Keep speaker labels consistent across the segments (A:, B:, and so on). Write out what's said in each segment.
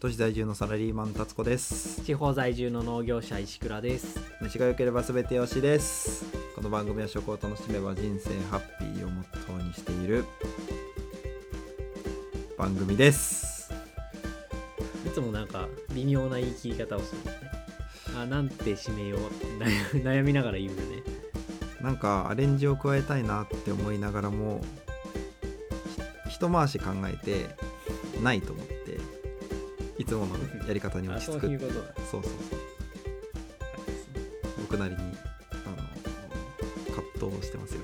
A: 都市在住のサラリーマン達子です
B: 地方在住の農業者石倉です
A: 虫が良ければ全てよしですこの番組は食を楽しめば人生ハッピーをモットーにしている番組です
B: いつもなんか微妙な言い切り方をするんですねあなんて締めようって悩悩みな がら言うよね
A: なんかアレンジを加えたいなって思いながらもひ一回し考えてないと思っていつものやり方に
B: あ
A: 落ち
B: そ
A: 着
B: うい
A: く
B: うことだ
A: そうそうそう僕なりにあの葛藤をしてますよ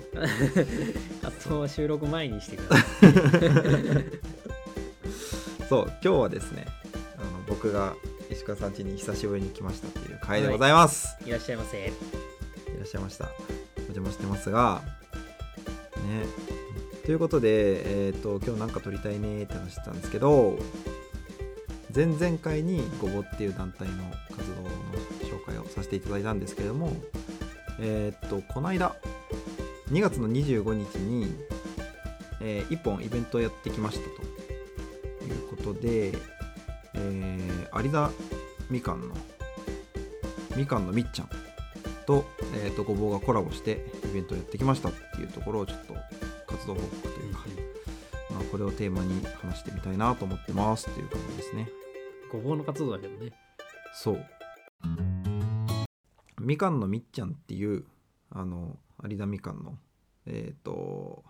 B: あとは収録前にしてくださ
A: そう今日はですねあの僕が石川さん家に久しぶりに来ましたっていう回でございます、
B: いいらっしゃいませ
A: い、らっしゃいましたお邪魔してますがねということで、えー、と今日なんか撮りたいねって話してたんですけど前々回にごぼっていう団体の活動の紹介をさせていただいたんですけれどもえっ、とこの間2月の25日に、え1本イベントをやってきましたということで、えー有田みかんのみかんのみっちゃんと,、えー、とごぼうがコラボしてイベントをやってきましたっていうところをちょっと活動報告というか、まあ、これをテーマに話してみたいなと思ってますっていう感じですね
B: ごぼうの活動だけどね
A: そうみかんのみっちゃんっていうあの有田みかんのえっ、と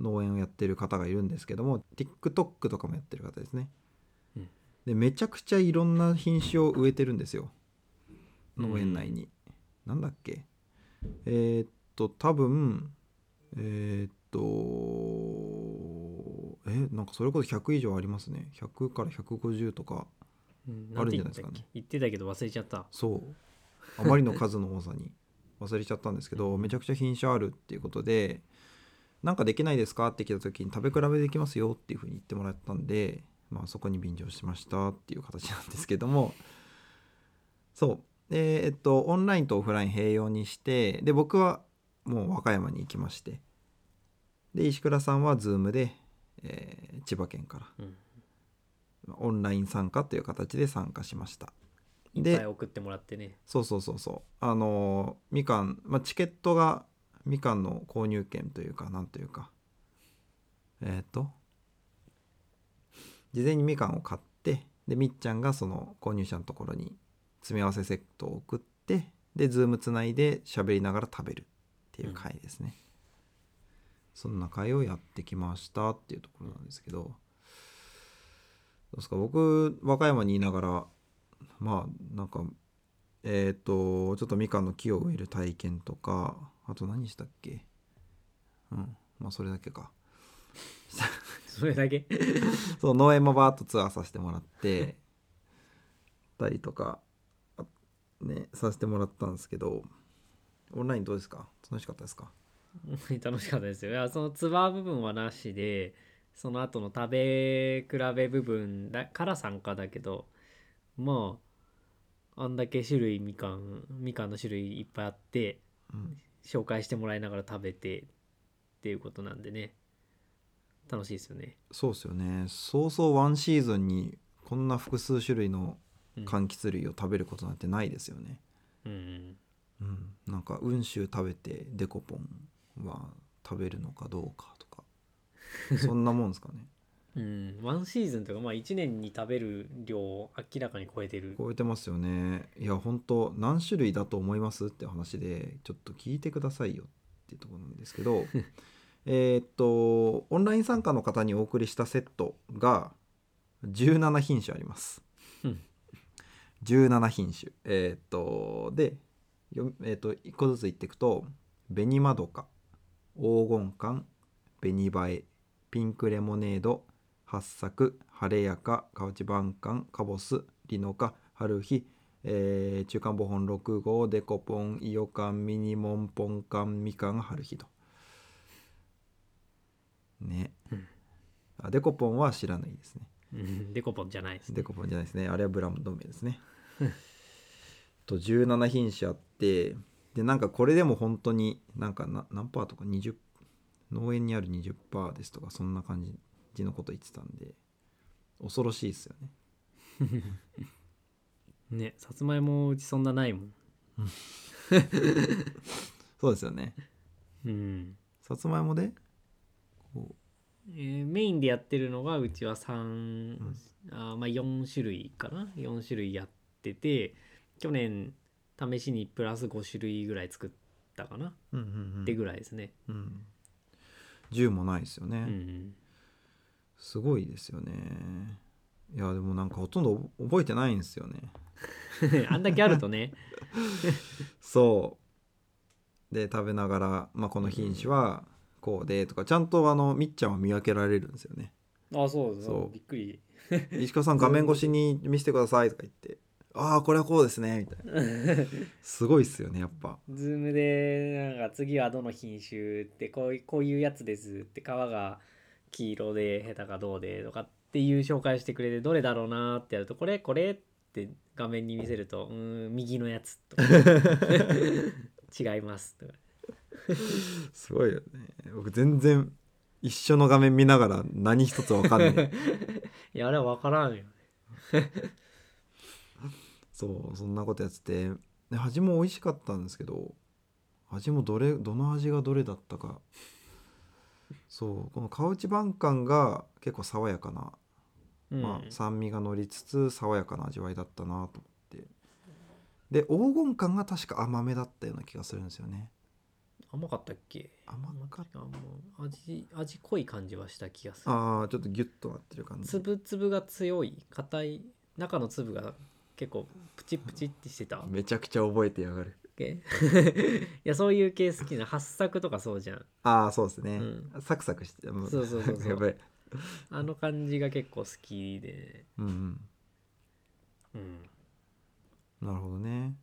A: 農園をやってる方がいるんですけども TikTok とかもやってる方ですね、
B: うん
A: でめちゃくちゃいろんな品種を植えてるんですよ農園内に、なんだっけえーっと多分えーっとえなんかそれこそ100以上ありますね100から150とか
B: うん
A: あるんじゃないです
B: て言
A: か
B: っ
A: ね
B: たっけ言ってたけど忘れちゃった
A: そうあまりの数の多さに忘れちゃったんですけどめちゃくちゃ品種あるっていうことでなんかできないですかって来た時に食べ比べできますよっていうふうに言ってもらったんで、まあ、そこに便乗しましたっていう形なんですけどもそうでえっとオンラインとオフライン併用にしてで僕はもう和歌山に行きましてで石倉さんは Zoom で、えー千葉県から
B: うん
A: まあオンライン参加という形で参加しました
B: いっぱい送ってもらってね
A: そうそうそうそうあのーみかん、まあ、チケットがみかんの購入券というかなんというかえっ、と事前にみかんを買ってでみっちゃんがその購入者のところに詰め合わせセットを送ってでズームつないで喋りながら食べるっていう回ですね、そんな回をやってきましたっていうところなんですけどどうですか僕和歌山にいながらまあなんかえっ、とちょっとみかんの木を植える体験とかあと何したっけうんまあそれだけか
B: それだけ
A: そう農園もバーッとツアーさせてもらってたりとかあねさせてもらったんですけどオンラインどうですか楽しかったですか
B: 楽しかったですよいやそのツバー部分はなしでその後の食べ比べ部分だから参加だけどまああんだけ種類みかんみかんの種類いっぱいあって
A: うん
B: 紹介してもらいながら食べてっていうことなんでね楽しいですよね、
A: そうっすよねそうそうワンシーズンにこんな複数種類の
B: うん
A: 柑橘類を食べることなんてないですよね
B: うんうん、
A: うんなんか温州食べてデコポンは食べるのかどうかとかそんなもんですかね
B: うん、ワンシーズンというかまあ1年に食べる量を明らかに超えてる
A: 超えてますよねいや本当何種類だと思いますって話でちょっと聞いてくださいよっていうところなんですけ どえーっとオンライン参加の方にお送りしたセットが17品種あります
B: うん
A: 17品種えーっとでよ、えーっと1個ずつ言っていくと紅まどか黄金柑紅映えピンクレモネード八作晴れやか河内晩柑カボスリノカ春日、えー中間ボ本6号デコポンイオカンミニモンポンカンみかん春日とね、
B: うん
A: あデコポンは知らないですね
B: うんデコポンじゃないですね
A: デコポンじゃないですねあれはブランド名ですねと17品種あってでなんかこれでも本当になんかな何パーとか20農園にある20パーですとかそんな感じのこと言ってたんで恐ろしいですよね
B: ねさつまいもうちそんなないもん
A: そうですよね
B: うん
A: さつまいもでこ
B: えーメインでやってるのがうちは3、
A: ん
B: あーまあ、4種類かな4種類やってて去年試しにプラス5種類ぐらい作ったかな、
A: ううんうんうん
B: ってぐらいですね、
A: うん10もないですよね、
B: うん、
A: すごいですよねいやでもなんかほとんど覚えてないんですよね
B: あん だけあるとね
A: そうで食べながら、まあ、この品種はこうでとかちゃんとあのみっちゃんは見分けられるんですよね
B: あそう
A: そう
B: びっくり
A: 石川さん画面越しに見せてくださいとか言って「ああこれはこうですね」みたいなすごいっすよねやっぱ
B: ズームでなんか次はどの品種ってこういうこういうやつですって皮が黄色でヘタがどうでとかっていう紹介してくれてどれだろうなーってやるとこれこれって画面に見せるとうーん右のやつ とか違いますとか
A: すごいよね僕全然一緒の画面見ながら何一つわかんない
B: いやあれは分からんよ
A: そうそんなことやっててで味も美味しかったんですけど味もどれどの味がどれだったかそうこのカウチバンカンが結構爽やかな、
B: うん、
A: まあ、酸味が乗りつつ爽やかな味わいだったなと思ってで黄金感が確か甘めだったような気がするんですよね
B: 甘かったっけ
A: 甘かった
B: も味味濃い感じはした気がする
A: ああちょっとギュッとなってる感じ
B: 粒粒が強い硬い中の粒が結構プチプチってしてた
A: めちゃくちゃ覚えてやがる
B: 系 いやそういう系好きな発作とかそうじゃん
A: ああそうですね、
B: う
A: サクサクしても
B: そうそうそうそう
A: やばい
B: あの感じが結構好きで、
A: うん
B: うん、
A: うんなるほどね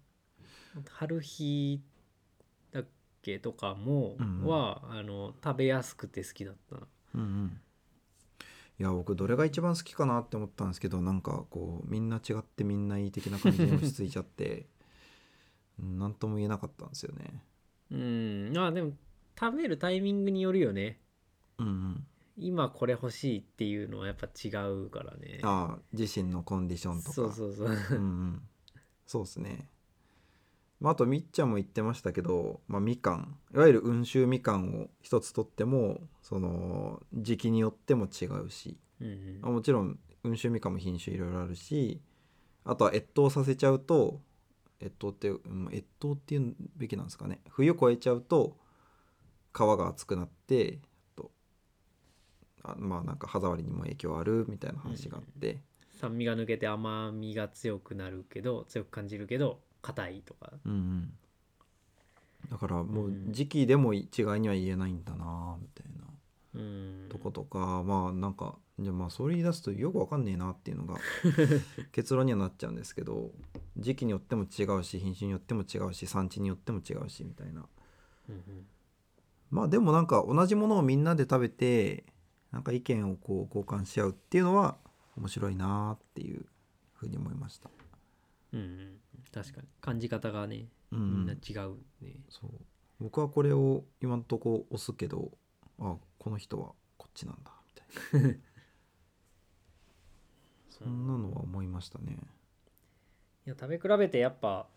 B: 春日だっけとかも
A: うんうん
B: は、あの食べやすくて好きだった
A: うんうんいや僕どれが一番好きかなって思ったんですけどなんかこうみんな違ってみんないい的な感じに落ち着いちゃって うんなんとも言えなかったんですよね
B: うんまあでも食べるタイミングによるよね
A: うんうん
B: 今これ欲しいっていうのはやっぱ違うからね
A: ああ自身のコンディションとか
B: そうそう そう
A: うんうん、そうですね、まあ、あとみっちゃんも言ってましたけど、まあ、みかんいわゆる温州みかんを一つとってもその時期によっても違うし、
B: うんうん
A: まあもちろん温州みかんも品種いろいろあるしあとは越冬させちゃうと越冬って、うん、越冬っていうべきなんですかね冬越えちゃうと皮が厚くなってとあまあなんか歯触りにも影響あるみたいな話があって。
B: 酸味が抜けて甘みが強くなるけど強く感じるけど硬いとか
A: うんうん、だからもう
B: うん
A: 時期でも違いには言えないんだなみたいな
B: うん
A: とことか、まあなんかじゃあまあそれ言い出すとよくわかんねえなっていうのが結論にはなっちゃうんですけど時期によっても違うし品種によっても違うし産地によっても違うしみたいな
B: うんうん
A: まあでもなんか同じものをみんなで食べてなんか意見をこう交換し合うっていうのは面白いなっていうふうに思いました。
B: うんうん、確かに感じ方がね
A: うんう
B: みん
A: ん
B: な違うね、
A: そう僕はこれを今んとこ押すけどあこの人はこっちなんだみたいなそんなのは思いましたね
B: いや食べ比べてやっぱ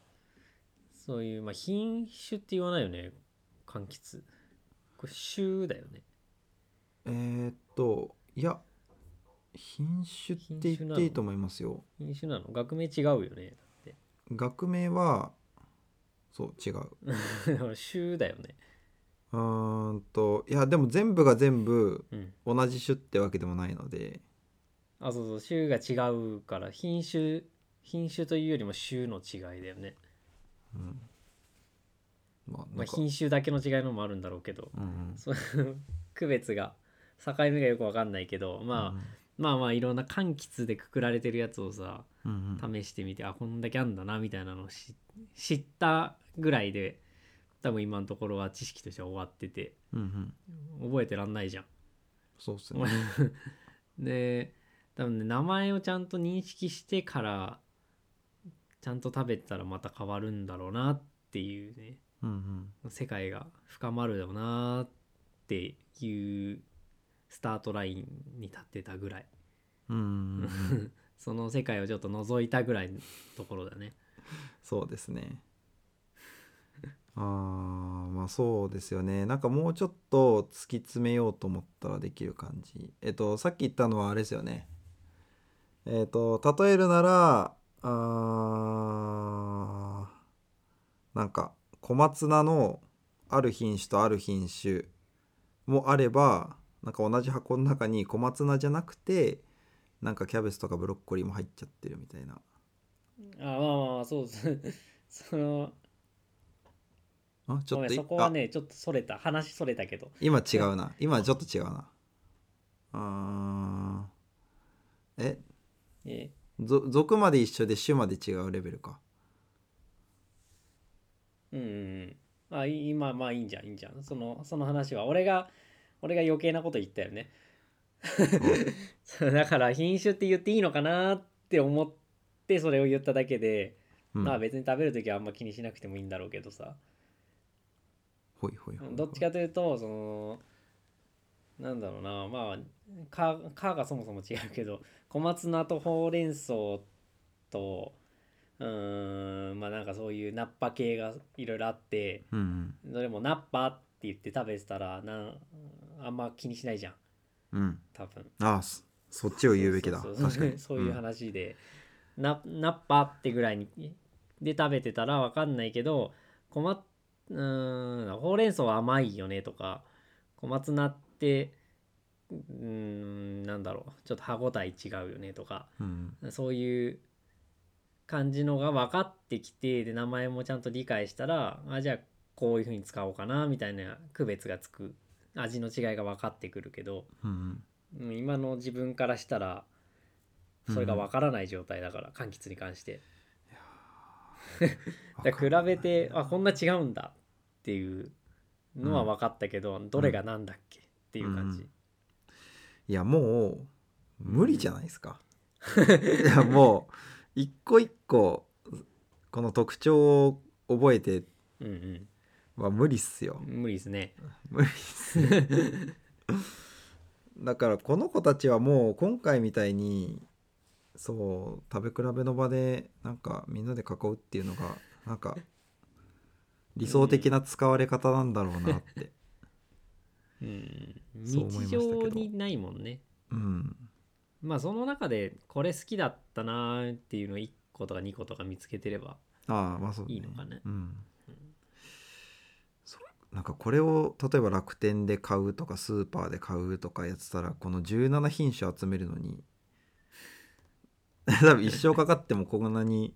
B: そういう、まあ、品種って言わないよね柑橘これ種だよね
A: えーっといや品種って言っていいと思いますよ
B: 品種なの学名違うよね
A: 学名はそう違う
B: だって 種だよね
A: うーんといやでも全部が全部
B: うん
A: 同じ種ってわけでもないので
B: あそうそう種が違うから品種品種というよりも種の違いだよね、
A: うんまあ
B: ま
A: な
B: あ、
A: んか、
B: 品種だけの違いのもあるんだろうけど
A: うんうん
B: そう 区別が境目がよくわかんないけど、まあ、まあまあいろんな柑橘でくくられてるやつをさ
A: うんうんうん
B: 試してみて、あこんだけあんだなみたいなのをし知ったぐらいで多分今のところは知識としては終わってて
A: うんうん
B: 覚えてらんないじゃん。
A: そうっすね
B: で多分ね名前をちゃんと認識してからちゃんと食べたらまた変わるんだろうなっていうね
A: うんうん
B: 世界が深まるだろうなっていうスタートラインに立ってたぐらい。
A: うんうんうん
B: その世界をちょっと覗いたぐらいのところだね
A: そうですね。あーまあそうですよねなんかもうちょっと突き詰めようと思ったらできる感じえっとさっき言ったのはあれですよねえっと例えるならあーなんか小松菜のある品種とある品種もあればなんか同じ箱の中に小松菜じゃなくてなんかキャベツとかブロッコリーも入っちゃってるみたいな
B: あまあまあまあそうです その
A: あち
B: ご
A: ょっ
B: めん
A: とい
B: そこはねちょっとそれた話それたけど
A: 今違うな今ちょっと違うなあーえ
B: え
A: ぞ属まで一緒で種まで違うレベル か
B: うんうんうんあい今まあいいんじゃんいいんじゃんそのその話は俺が俺が余計なこと言ったよね そうだから品種って言っていいのかなって思ってそれを言っただけで、
A: うん
B: まあ別に食べる時はあんま気にしなくてもいいんだろうけどさ
A: ほいほいほいほい
B: どっちかというとそのなんだろうなまあかかがそもそも違うけど小松菜とほうれん草とうーんまあなんかそういうナッパ系がいろいろあって
A: うんうん
B: どれもナッパって言って食べてたらなんあんま気にしないじゃん
A: うん
B: 多分
A: あーそそっちを言うべきだ
B: そう
A: 確
B: そう
A: かに
B: そういう
A: うん
B: 話で、なナッパってぐらいにで食べてたらわかんないけど小松うーんほうれん草は甘いよねとか小松菜ってうーんなんだろうちょっと歯ごたえ違うよねとか
A: うん
B: そういう感じのが分かってきてで名前もちゃんと理解したらあじゃあこういうふうに使おうかなみたいな区別がつく味の違いが分かってくるけど、
A: うんうん
B: うん今の自分からしたらそれが分からない状態だから、柑橘に関してだから比べてあこんな違うんだっていうのは分かったけど、どれがなんだっけっていう感じ、
A: うんいやもう無理じゃないですかいやもう一個一個この特徴を覚えて
B: うん、
A: は無理っすよ
B: うん無理ですね
A: 無理っすね だからこの子たちはもう今回みたいにそう食べ比べの場でなんかみんなで囲うっていうのがなんか理想的な使われ方なんだろうなって
B: うん
A: そう思いま
B: 日
A: したけど
B: 常にないもんね
A: うん
B: まあその中でこれ好きだったなーっていうのを1個とか2個とか見つけてれば
A: ああまあそうだね
B: いいのかね
A: うんそうなんかこれを例えば楽天で買うとかスーパーで買うとかやってたらこの17品種集めるのに 多分一生かかってもこんなに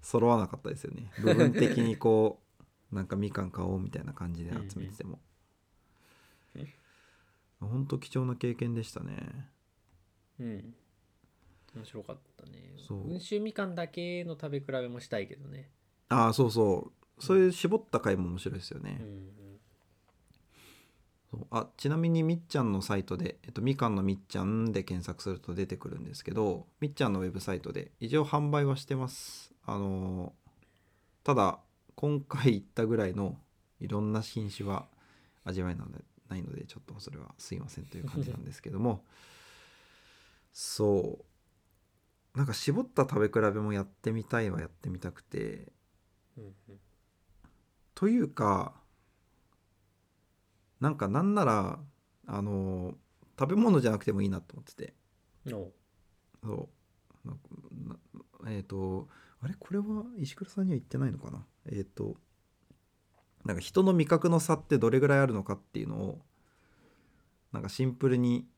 A: 揃わなかったですよね部分的にこ うなんかみかん買おうみたいな感じで集めてても
B: うんうん
A: ほんと貴重な経験でしたね
B: うん面白かったね
A: そう
B: 温州みかんだけの食べ比べもしたいけどね
A: ああそうそうそういう絞った回も面白いですよね、
B: うん
A: そうあちなみにみっちゃんのサイトで、えっと、みかんのみっちゃんで検索すると出てくるんですけどみっちゃんのウェブサイトで一応販売はしてますあのーただ今回言ったぐらいのいろんな品種は味わえなのでないのでちょっとそれはすいませんという感じなんですけどもそうなんか絞った食べ比べもやってみたいはやってみたくて
B: うんうん
A: というかなんかなんならあの食べ物じゃなくてもいいなと思ってて
B: うんおう
A: そうななえっ、とあれこれは石倉さんには言ってないのかなえっ、となんか人の味覚の差ってどれぐらいあるのかっていうのをなんかシンプルに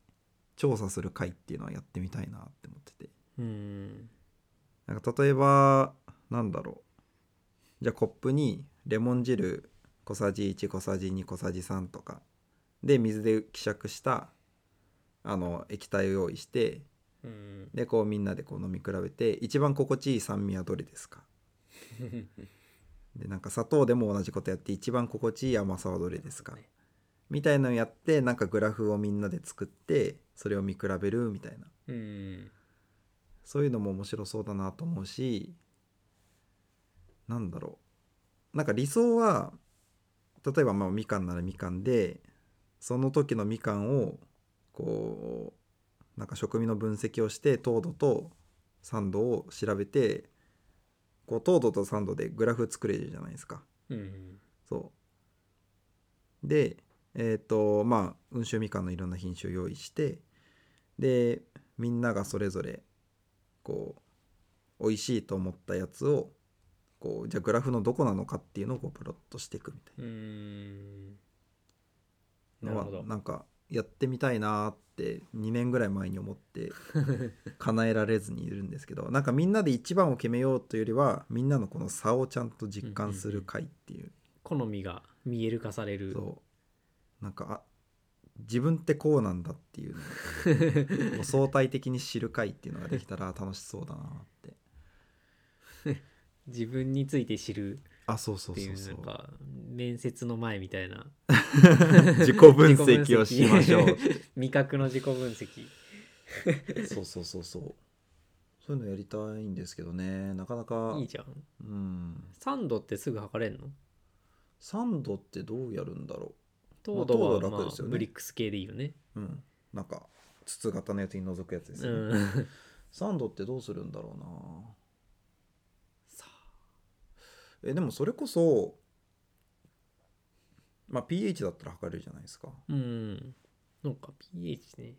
A: 調査する回っていうのはやってみたいなって思ってて
B: うん
A: なんか例えばなんだろうじゃあコップにレモン汁小さじ1小さじ2小さじ3とかで水で希釈したあの液体を用意して
B: うん
A: でこうみんなでこう飲み比べて一番心地いい酸味はどれですかでなんか砂糖でも同じことやって一番心地いい甘さはどれですかみたいのをやってなんかグラフをみんなで作ってそれを見比べるみたいな
B: うん
A: そういうのも面白そうだなと思うしなんだろうなんか理想は例えばまあみかんならみかんでその時のみかんをこうなんか食味の分析をして糖度とサンドを調べてこう糖度とサンドでグラフ作れるじゃないですか。
B: うん
A: そうでえっ、とまあ温州みかんのいろんな品種を用意してでみんながそれぞれこう美味しいと思ったやつをこうじゃあグラフのどこなのかっていうのをこうプロットしていくみたいな。
B: うんうん
A: の
B: なる
A: は
B: ほど
A: なんかやってみたいなーって2年ぐらい前に思って 叶えられずにいるんですけどなんかみんなで一番を決めようというよりはみんなのこの差をちゃんと実感する回っていう,、
B: 好みが見える化される
A: そうなんかあ自分ってこうなんだっていうのをこう相対的に知る回っていうのができたら楽しそうだなって
B: 自分について知る
A: あそうそ
B: っ
A: う
B: てい
A: そううそ
B: な
A: うん
B: か面接の前みたいな
A: 自己分析をしましょう
B: 味覚の自己分析
A: そうそうそうそうそういうのやりたいんですけどねなかなか
B: いいじゃん
A: うん
B: サンドってすぐ測れんの
A: サンドってどうやるんだろ
B: 糖度
A: 糖
B: は、
A: 度
B: ま
A: は
B: あ
A: 楽ですよね
B: ブリックス系でいいよね
A: ううんなんか筒型のやつに覗くやつです
B: う
A: よね、
B: ん
A: サンドってどうするんだろうな
B: さ
A: えでもそれこそまあ pH だったら測れるじゃないですか
B: うんなんか pH ね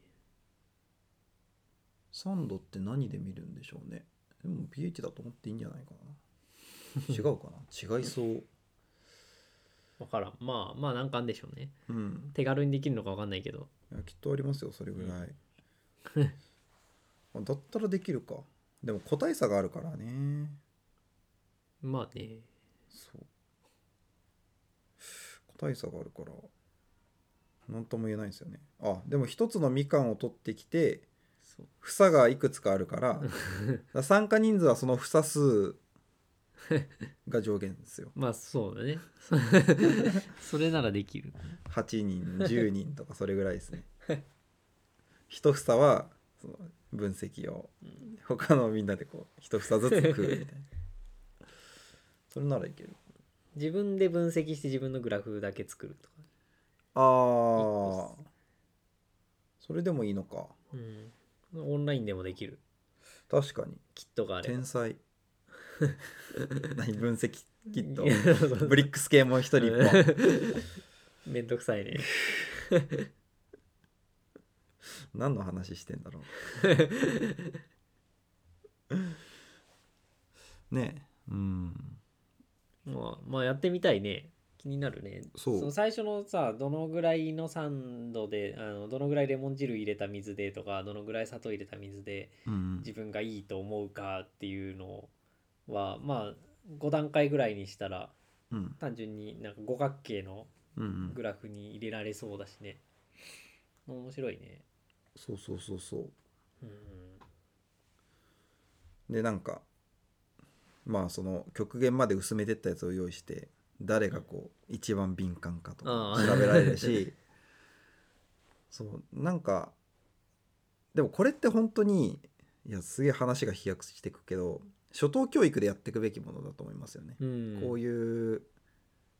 A: サンドって何で見るんでしょうねでも pH だと思っていいんじゃないかな違うかな違いそう
B: わからんまあまあ難関でしょうね
A: うん
B: 手軽にできるのかわかんないけど
A: いやきっとありますよそれぐらい、あだったらできるかでも個体差があるからね
B: まあね
A: そう個体差があるから何とも言えないんですよねあでも一つのみかんを取ってきて
B: そう
A: 房がいくつかあるからだ から参加人数はその房数 が上限ですよ
B: まあそうだね それならできる
A: 8人10人とかそれぐらいですね一房はその分析を他のみんなでこう一房ずつ食うみたいな それならいける
B: 自分で分析して自分のグラフだけ作るとか、
A: あ
B: 個
A: ーそれでもいいのか
B: うん、オンラインでもできる
A: 確かに
B: キットがあれば
A: 天才 何分析キット
B: そうそう
A: ブリックス系も一人一本
B: めんどくさいね
A: 何の話してんだろ うねえうん
B: まあまあやってみたいね気になるね
A: そう
B: の最初のさどのぐらいの酸度であのどのぐらいレモン汁入れた水でとかどのぐらい砂糖入れた水で
A: うん
B: 自分がいいと思うかっていうのはまあ5段階ぐらいにしたら
A: うん
B: 単純になんか五角形の
A: うんうん
B: グラフに入れられそうだしね面白いね
A: そうそうそうそ
B: うん
A: うでなんかまあその極限まで薄めてったやつを用意して誰がこう一番敏感かとか
B: あー
A: 調べられる しそうなんかでもこれって本当にいやすげえ話が飛躍していくけど初等教育でやっていくべきものだと思いますよね。
B: うん
A: こういう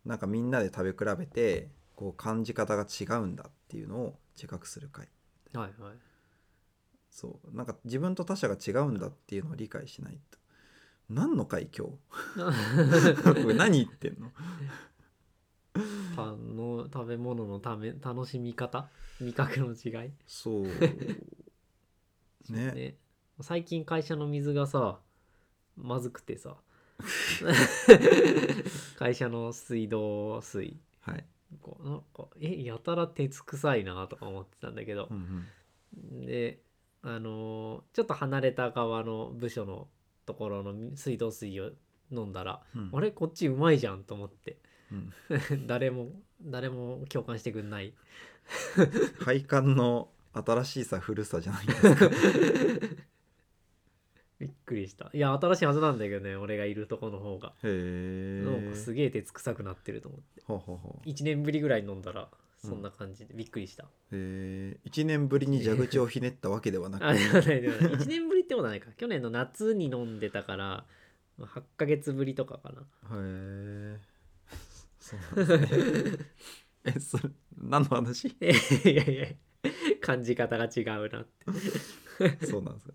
A: なんかみんなで食べ比べてこう感じ方が違うんだっていうのを自覚する会
B: はい はい
A: そうなんか自分と他者が違うんだっていうのを理解しないと何の会 今日これ何言ってんの
B: パンの食べ物のため楽しみ方味覚の違い
A: そうね
B: ね最近会社の水がさまずく てさ会社の水道水
A: はい、
B: こうなんかえやたら鉄臭いなとか思ってたんだけど
A: う、ん
B: であのーちょっと離れた側の部署のところの水道水を飲んだら、
A: うん
B: あ
A: れ、
B: れこっちうまいじゃんと思って
A: うん、
B: 誰も誰も共感してくんない
A: 配管の新しいさ古さじゃない ですか
B: びっくりしたいや新しいはずなんだけどね俺がいるとこの方が、
A: へえ
B: なんかすげえ鉄臭くなってると思って
A: ほうほうほう
B: 1年ぶりぐらい飲んだらそんな感じで、びっくりした
A: へえ1年ぶりに蛇口をひねったわけではなく
B: あでもないでもない1年ぶりってことはないか去年の夏に飲んでたから8ヶ月ぶりとかかな
A: へえ。 そうなんです ね。え、それ、何の話
B: いやいやいや感じ方が違うなっ て
A: そうなんですか。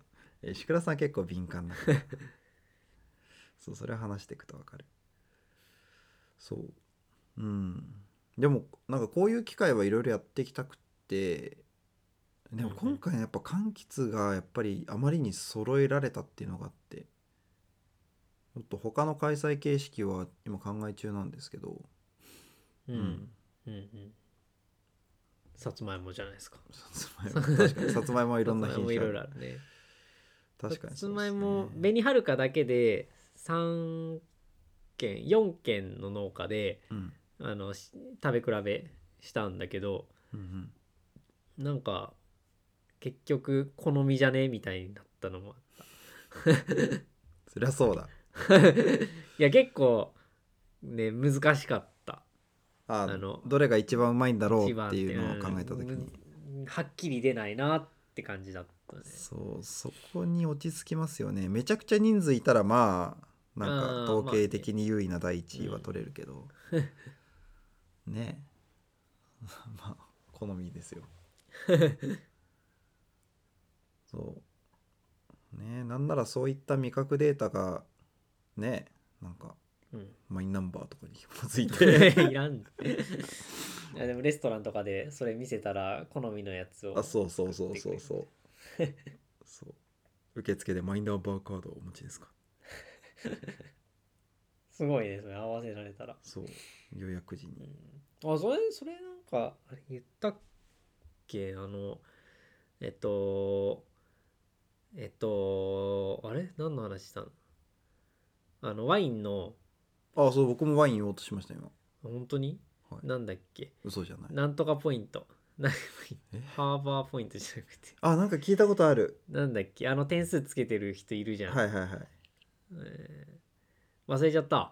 A: えー石倉さん結構敏感 だからそうそれは話していくとわかるそううんでもなんかこういう機会はいろいろやってきたくってでも
B: うんうん
A: 今回のやっぱ柑橘がやっぱりあまりに揃えられたっていうのがあってちょっと他の開催形式は今考え中なんですけど
B: うん、う
A: うんん、
B: うんさつまいもじゃないですか
A: さつまいも確かにさつまいもはいろんな
B: さ
A: 品
B: つまいも
A: 種
B: いろい
A: あ
B: ろ
A: る
B: あるね
A: 確かに
B: さつ
A: そうですね
B: まいも紅はるかだけで3軒4軒の農家で
A: うん
B: あのし食べ比べしたんだけど
A: うんうん
B: なんか結局好みじゃねみたいになったのも
A: そりゃそうだ
B: いや結構ね難しかった
A: あ
B: あの
A: どれが一番うまいんだろう
B: 一番
A: っていうのを考えた時に
B: うんはっきり出ないなって感じだったね
A: そうそこに落ち着きますよねめちゃくちゃ人数いたらまあなんか
B: あー
A: 統計的に優位な第一位は取れるけど、 ねまあ好みです よそうねなんならそういった味覚データがねなんか
B: うん
A: マイナンバーとかに紐づい て
B: いらんいやでもレストランとかでそれ見せたら好みのやつを
A: あそうそうそうそうそうそう受付でマイナンバーカードをお持ちですか
B: すごいですね合わせられたら、
A: そう予約時に
B: うん、あそれそれなんかあれ言ったっけあのえっとえっとあれ何の話したのあのワインの
A: あそう僕もワイン言おうとしました今
B: 本当に、
A: はい
B: なんだっけ
A: 嘘じゃない
B: なんとかポイントなんか
A: え
B: ハーバーポイントじゃなくて
A: あなんか聞いたことある
B: なんだっけあの点数つけてる人いるじゃん、
A: はいはいはい
B: えー忘れちゃった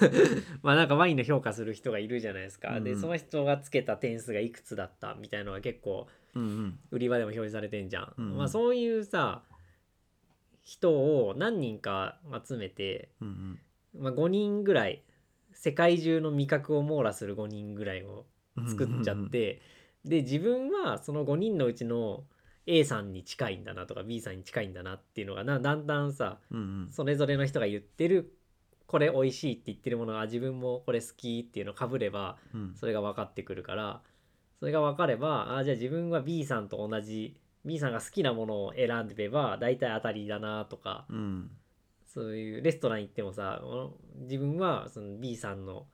B: まあなんかワインの評価する人がいるじゃないですか、
A: う
B: で
A: んうん
B: その人がつけた点数がいくつだったみたいのが結構
A: うんうん
B: 売り場でも表示されてんじゃん、
A: うんうん
B: まあそういうさ人を何人か集めて、
A: うんうん
B: まあ、5人ぐらい世界中の味覚を網羅する5人ぐらいを
A: うんうんうん
B: 作っちゃって、で自分はその5人のうちの A さんに近いんだなとか B さんに近いんだなっていうのがなだんだんさ
A: うんうん
B: それぞれの人が言ってるこれ美味しいって言ってるものが自分もこれ好きっていうのをかぶれば
A: うん
B: それが分かってくるからそれが分かればあじゃあ自分は B さんと同じ B さんが好きなものを選んでれば大体当たりだなとか
A: うん
B: そういうレストラン行ってもさお自分はその B さんの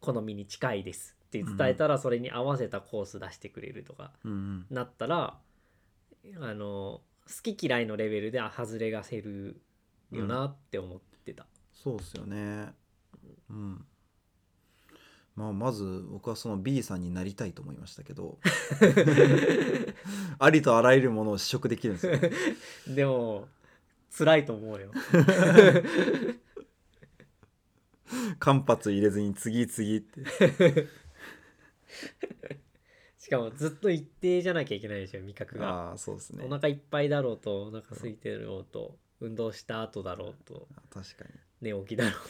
B: 好みに近いですって伝えたらそれに合わせたコース出してくれるとか
A: うんうん
B: なったらあの好き嫌いのレベルであ外れがせるよなって思ってた。
A: そうっすよねうんまあまず僕はその B さんになりたいと思いましたけどありとあらゆるものを試食できるんですよね
B: でも辛いと思 うよ。
A: 間髪入れずに次々って
B: しかもずっと一定じゃなきゃいけないでしょ味覚が。
A: ああそうですね
B: お腹いっぱいだろうとお腹空いてるろうと運動した後だろうと
A: 確かに
B: 寝起きだろう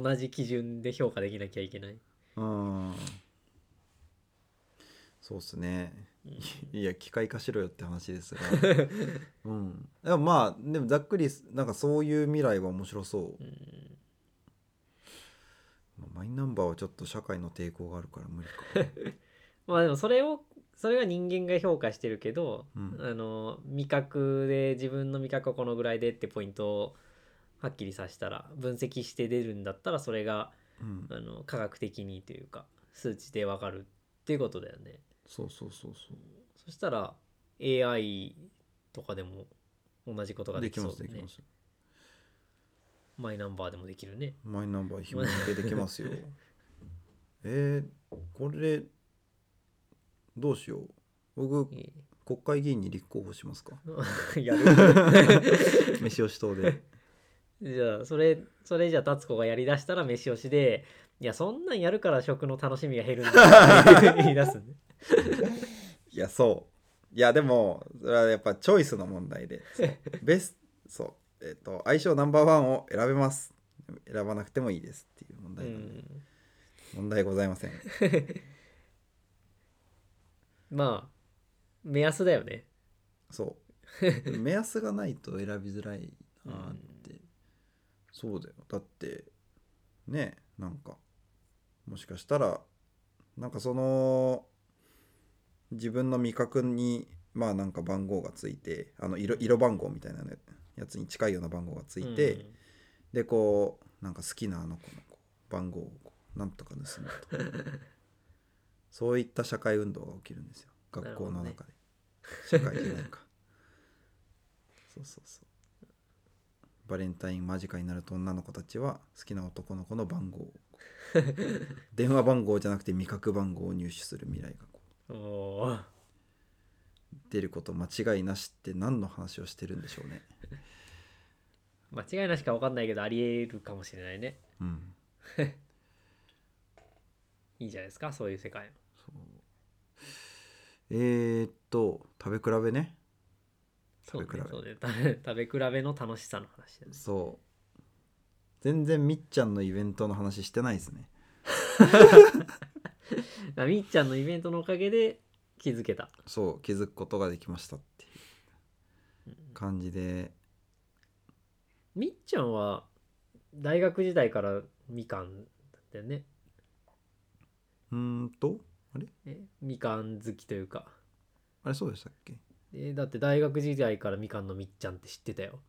B: と 同じ基準で評価できなきゃいけない。
A: うんそうっすね
B: うん
A: いや機械化しろよって話です がうんでもまあでもざっくりなんかそういう未来は面白そうう、
B: ん
A: マイナンバーはちょっと社会の抵抗があるから無理か
B: まあでもそれをそれは人間が評価してるけど、
A: うん
B: あの味覚で自分の味覚はこのぐらいでってポイントをはっきりさせたら分析して出るんだったらそれが
A: うん
B: あの科学的にというか数値でわかるっていうことだよね。
A: そうそうそうそう
B: そしたら AI とかでも同じことが
A: で
B: でき
A: き
B: そ
A: ま
B: う
A: す
B: だ
A: でき
B: ね
A: ま。す
B: マイナンバーでもできるね。
A: マイナンバー紐付けできます よえー、これどうしよう僕
B: いい
A: 国会議員に立候補しますか
B: やる
A: 飯押し党で
B: じゃあそれそれじゃあ達子がやりだしたら飯押しで「いやそんなんやるから食の楽しみが減るんだ よ」って言い出すね。
A: いやそういやでもそれはやっぱチョイスの問題でそうベスそうえっ、と相性ナンバーワンを選べます選ばなくてもいいですっていう問
B: う
A: 題なんで、
B: ん、
A: 問題ございません
B: まあ目安だよね。
A: そでも目安がないと選びづらいなって、そうだよだってねなんかもしかしたらなんかその自分の味覚にまあなんか番号がついてあの色色番号みたいなねやつに近いような番号がついて、でこうなんか好きなあの子のこう番号をこうなんとか盗むとか そういった社会運動が起きるんですよ学校の
B: なる
A: 中で、社会じゃないかそうそうそうバレンタイン間近になると女の子たちは好きな男の子の番号をこう電話番号じゃなくて味覚番号を入手する未来がこう
B: うん、おー
A: 出ること間違いなしって何の話をしてるんでしょうね
B: 間違いなしか分かんないけどありえるかもしれないね
A: うん
B: いいじゃないですかそういう世界
A: そうえー、っと食べ比べね
B: そうね
A: 食べ比べ
B: そうね 食べ食べ比べの楽しさの話だね
A: そう全然みっちゃんのイベントの話してないですね
B: だからみっちゃんのイベントのおかげで気づけた
A: そう気づくことができましたっていう感じで
B: みっちゃんは大学時代からみかんだったよね
A: うーんとあれ
B: えみかん好きというか
A: あれそうでしたっけ
B: えだって大学時代からみかんのみっちゃんって知ってたよ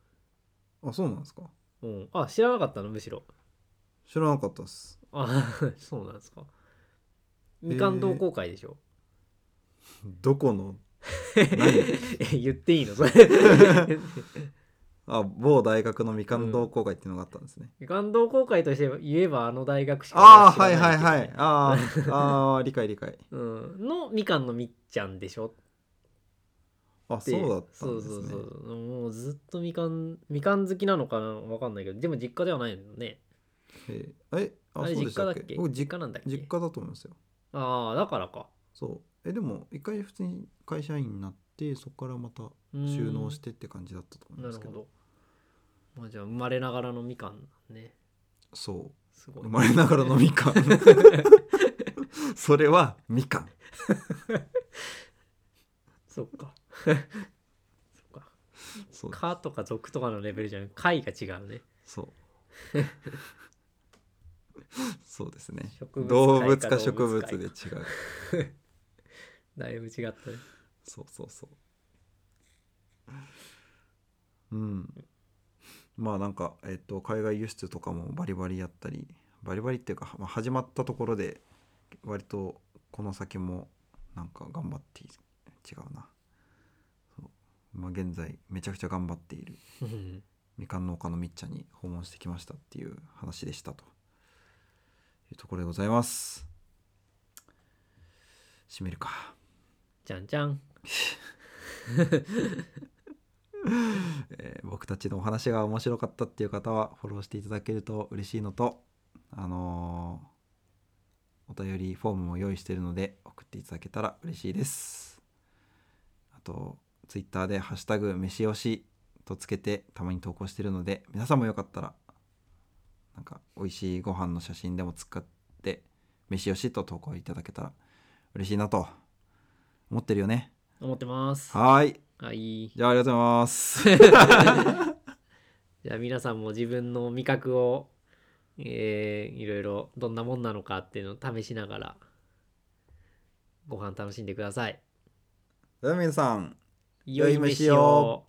A: あそうなんですか
B: うんあ知らなかったのむしろ
A: 知らなかったっす
B: あ そうなんですかみかん同好会でしょ、
A: どこの
B: え言っていいの それ
A: あ某大学のみかん同好会っていうのがあったんですね、
B: みかん同好会として言えばあの大学しか
A: ああ
B: 知ら
A: は
B: ない
A: はい
B: けど
A: はいあーあー理解理解
B: うん、のみかんのみっちゃんでしょ
A: あ
B: って
A: そうだったん
B: そう
A: です
B: そう
A: ね
B: そうもうずっとみかんみかん好きなのかなわかんないけどでも実家ではないのね
A: えーえあ
B: あれ
A: そう
B: 実
A: でし
B: 家
A: た
B: だっ
A: っ
B: け
A: け
B: 実
A: 僕
B: 家
A: 実
B: なんだっけ
A: 実家だと思いますよ
B: ああだからか
A: そうえでも一回普通に会社員になってそこからまた
B: うん
A: 収納してって感じだったと思い
B: な
A: ま
B: る
A: すけ
B: ほ
A: ど
B: どまあじゃあ生まれながらのみかんね
A: そう
B: すごい
A: 生まれながらのみかん それはみかん
B: そっかそっか
A: そう
B: かとか属とかのレベルじゃなく貝が違うね
A: そう そうですね
B: 植物
A: 動
B: 界か
A: 物か
B: 動
A: 植
B: 物
A: 物
B: 界
A: で違う
B: だいぶ違ったね
A: そうそうそううんまあなんか、えっと海外輸出とかもバリバリやったりバリバリっていうか、まあ、始まったところで割とこの先もなんか頑張ってい違うなそう、まあ、現在めちゃくちゃ頑張っている
B: うん
A: みかん農家のみっちゃんに訪問してきましたっていう話でしたというところでございます閉めるか
B: じゃんじゃん
A: えー僕たちのお話が面白かったっていう方はフォローしていただけると嬉しいのとあのーお便りフォームも用意してるので送っていただけたら嬉しいですあとツイッターで「ハッシュタグ飯よし」とつけてたまに投稿してるので皆さんもよかったらなんか美味しいご飯の写真でも使って「飯よし」と投稿いただけたら嬉しいなと思ってるよね
B: 思ってますは
A: はーい
B: い
A: じゃあありがとうございます
B: じゃあ皆さんも自分の味覚を、えーいろいろどんなもんなのかっていうのを試しながらご飯楽しんでください。
A: では皆さん
B: 良
A: 良
B: い
A: い
B: 飯
A: 飯
B: を
A: を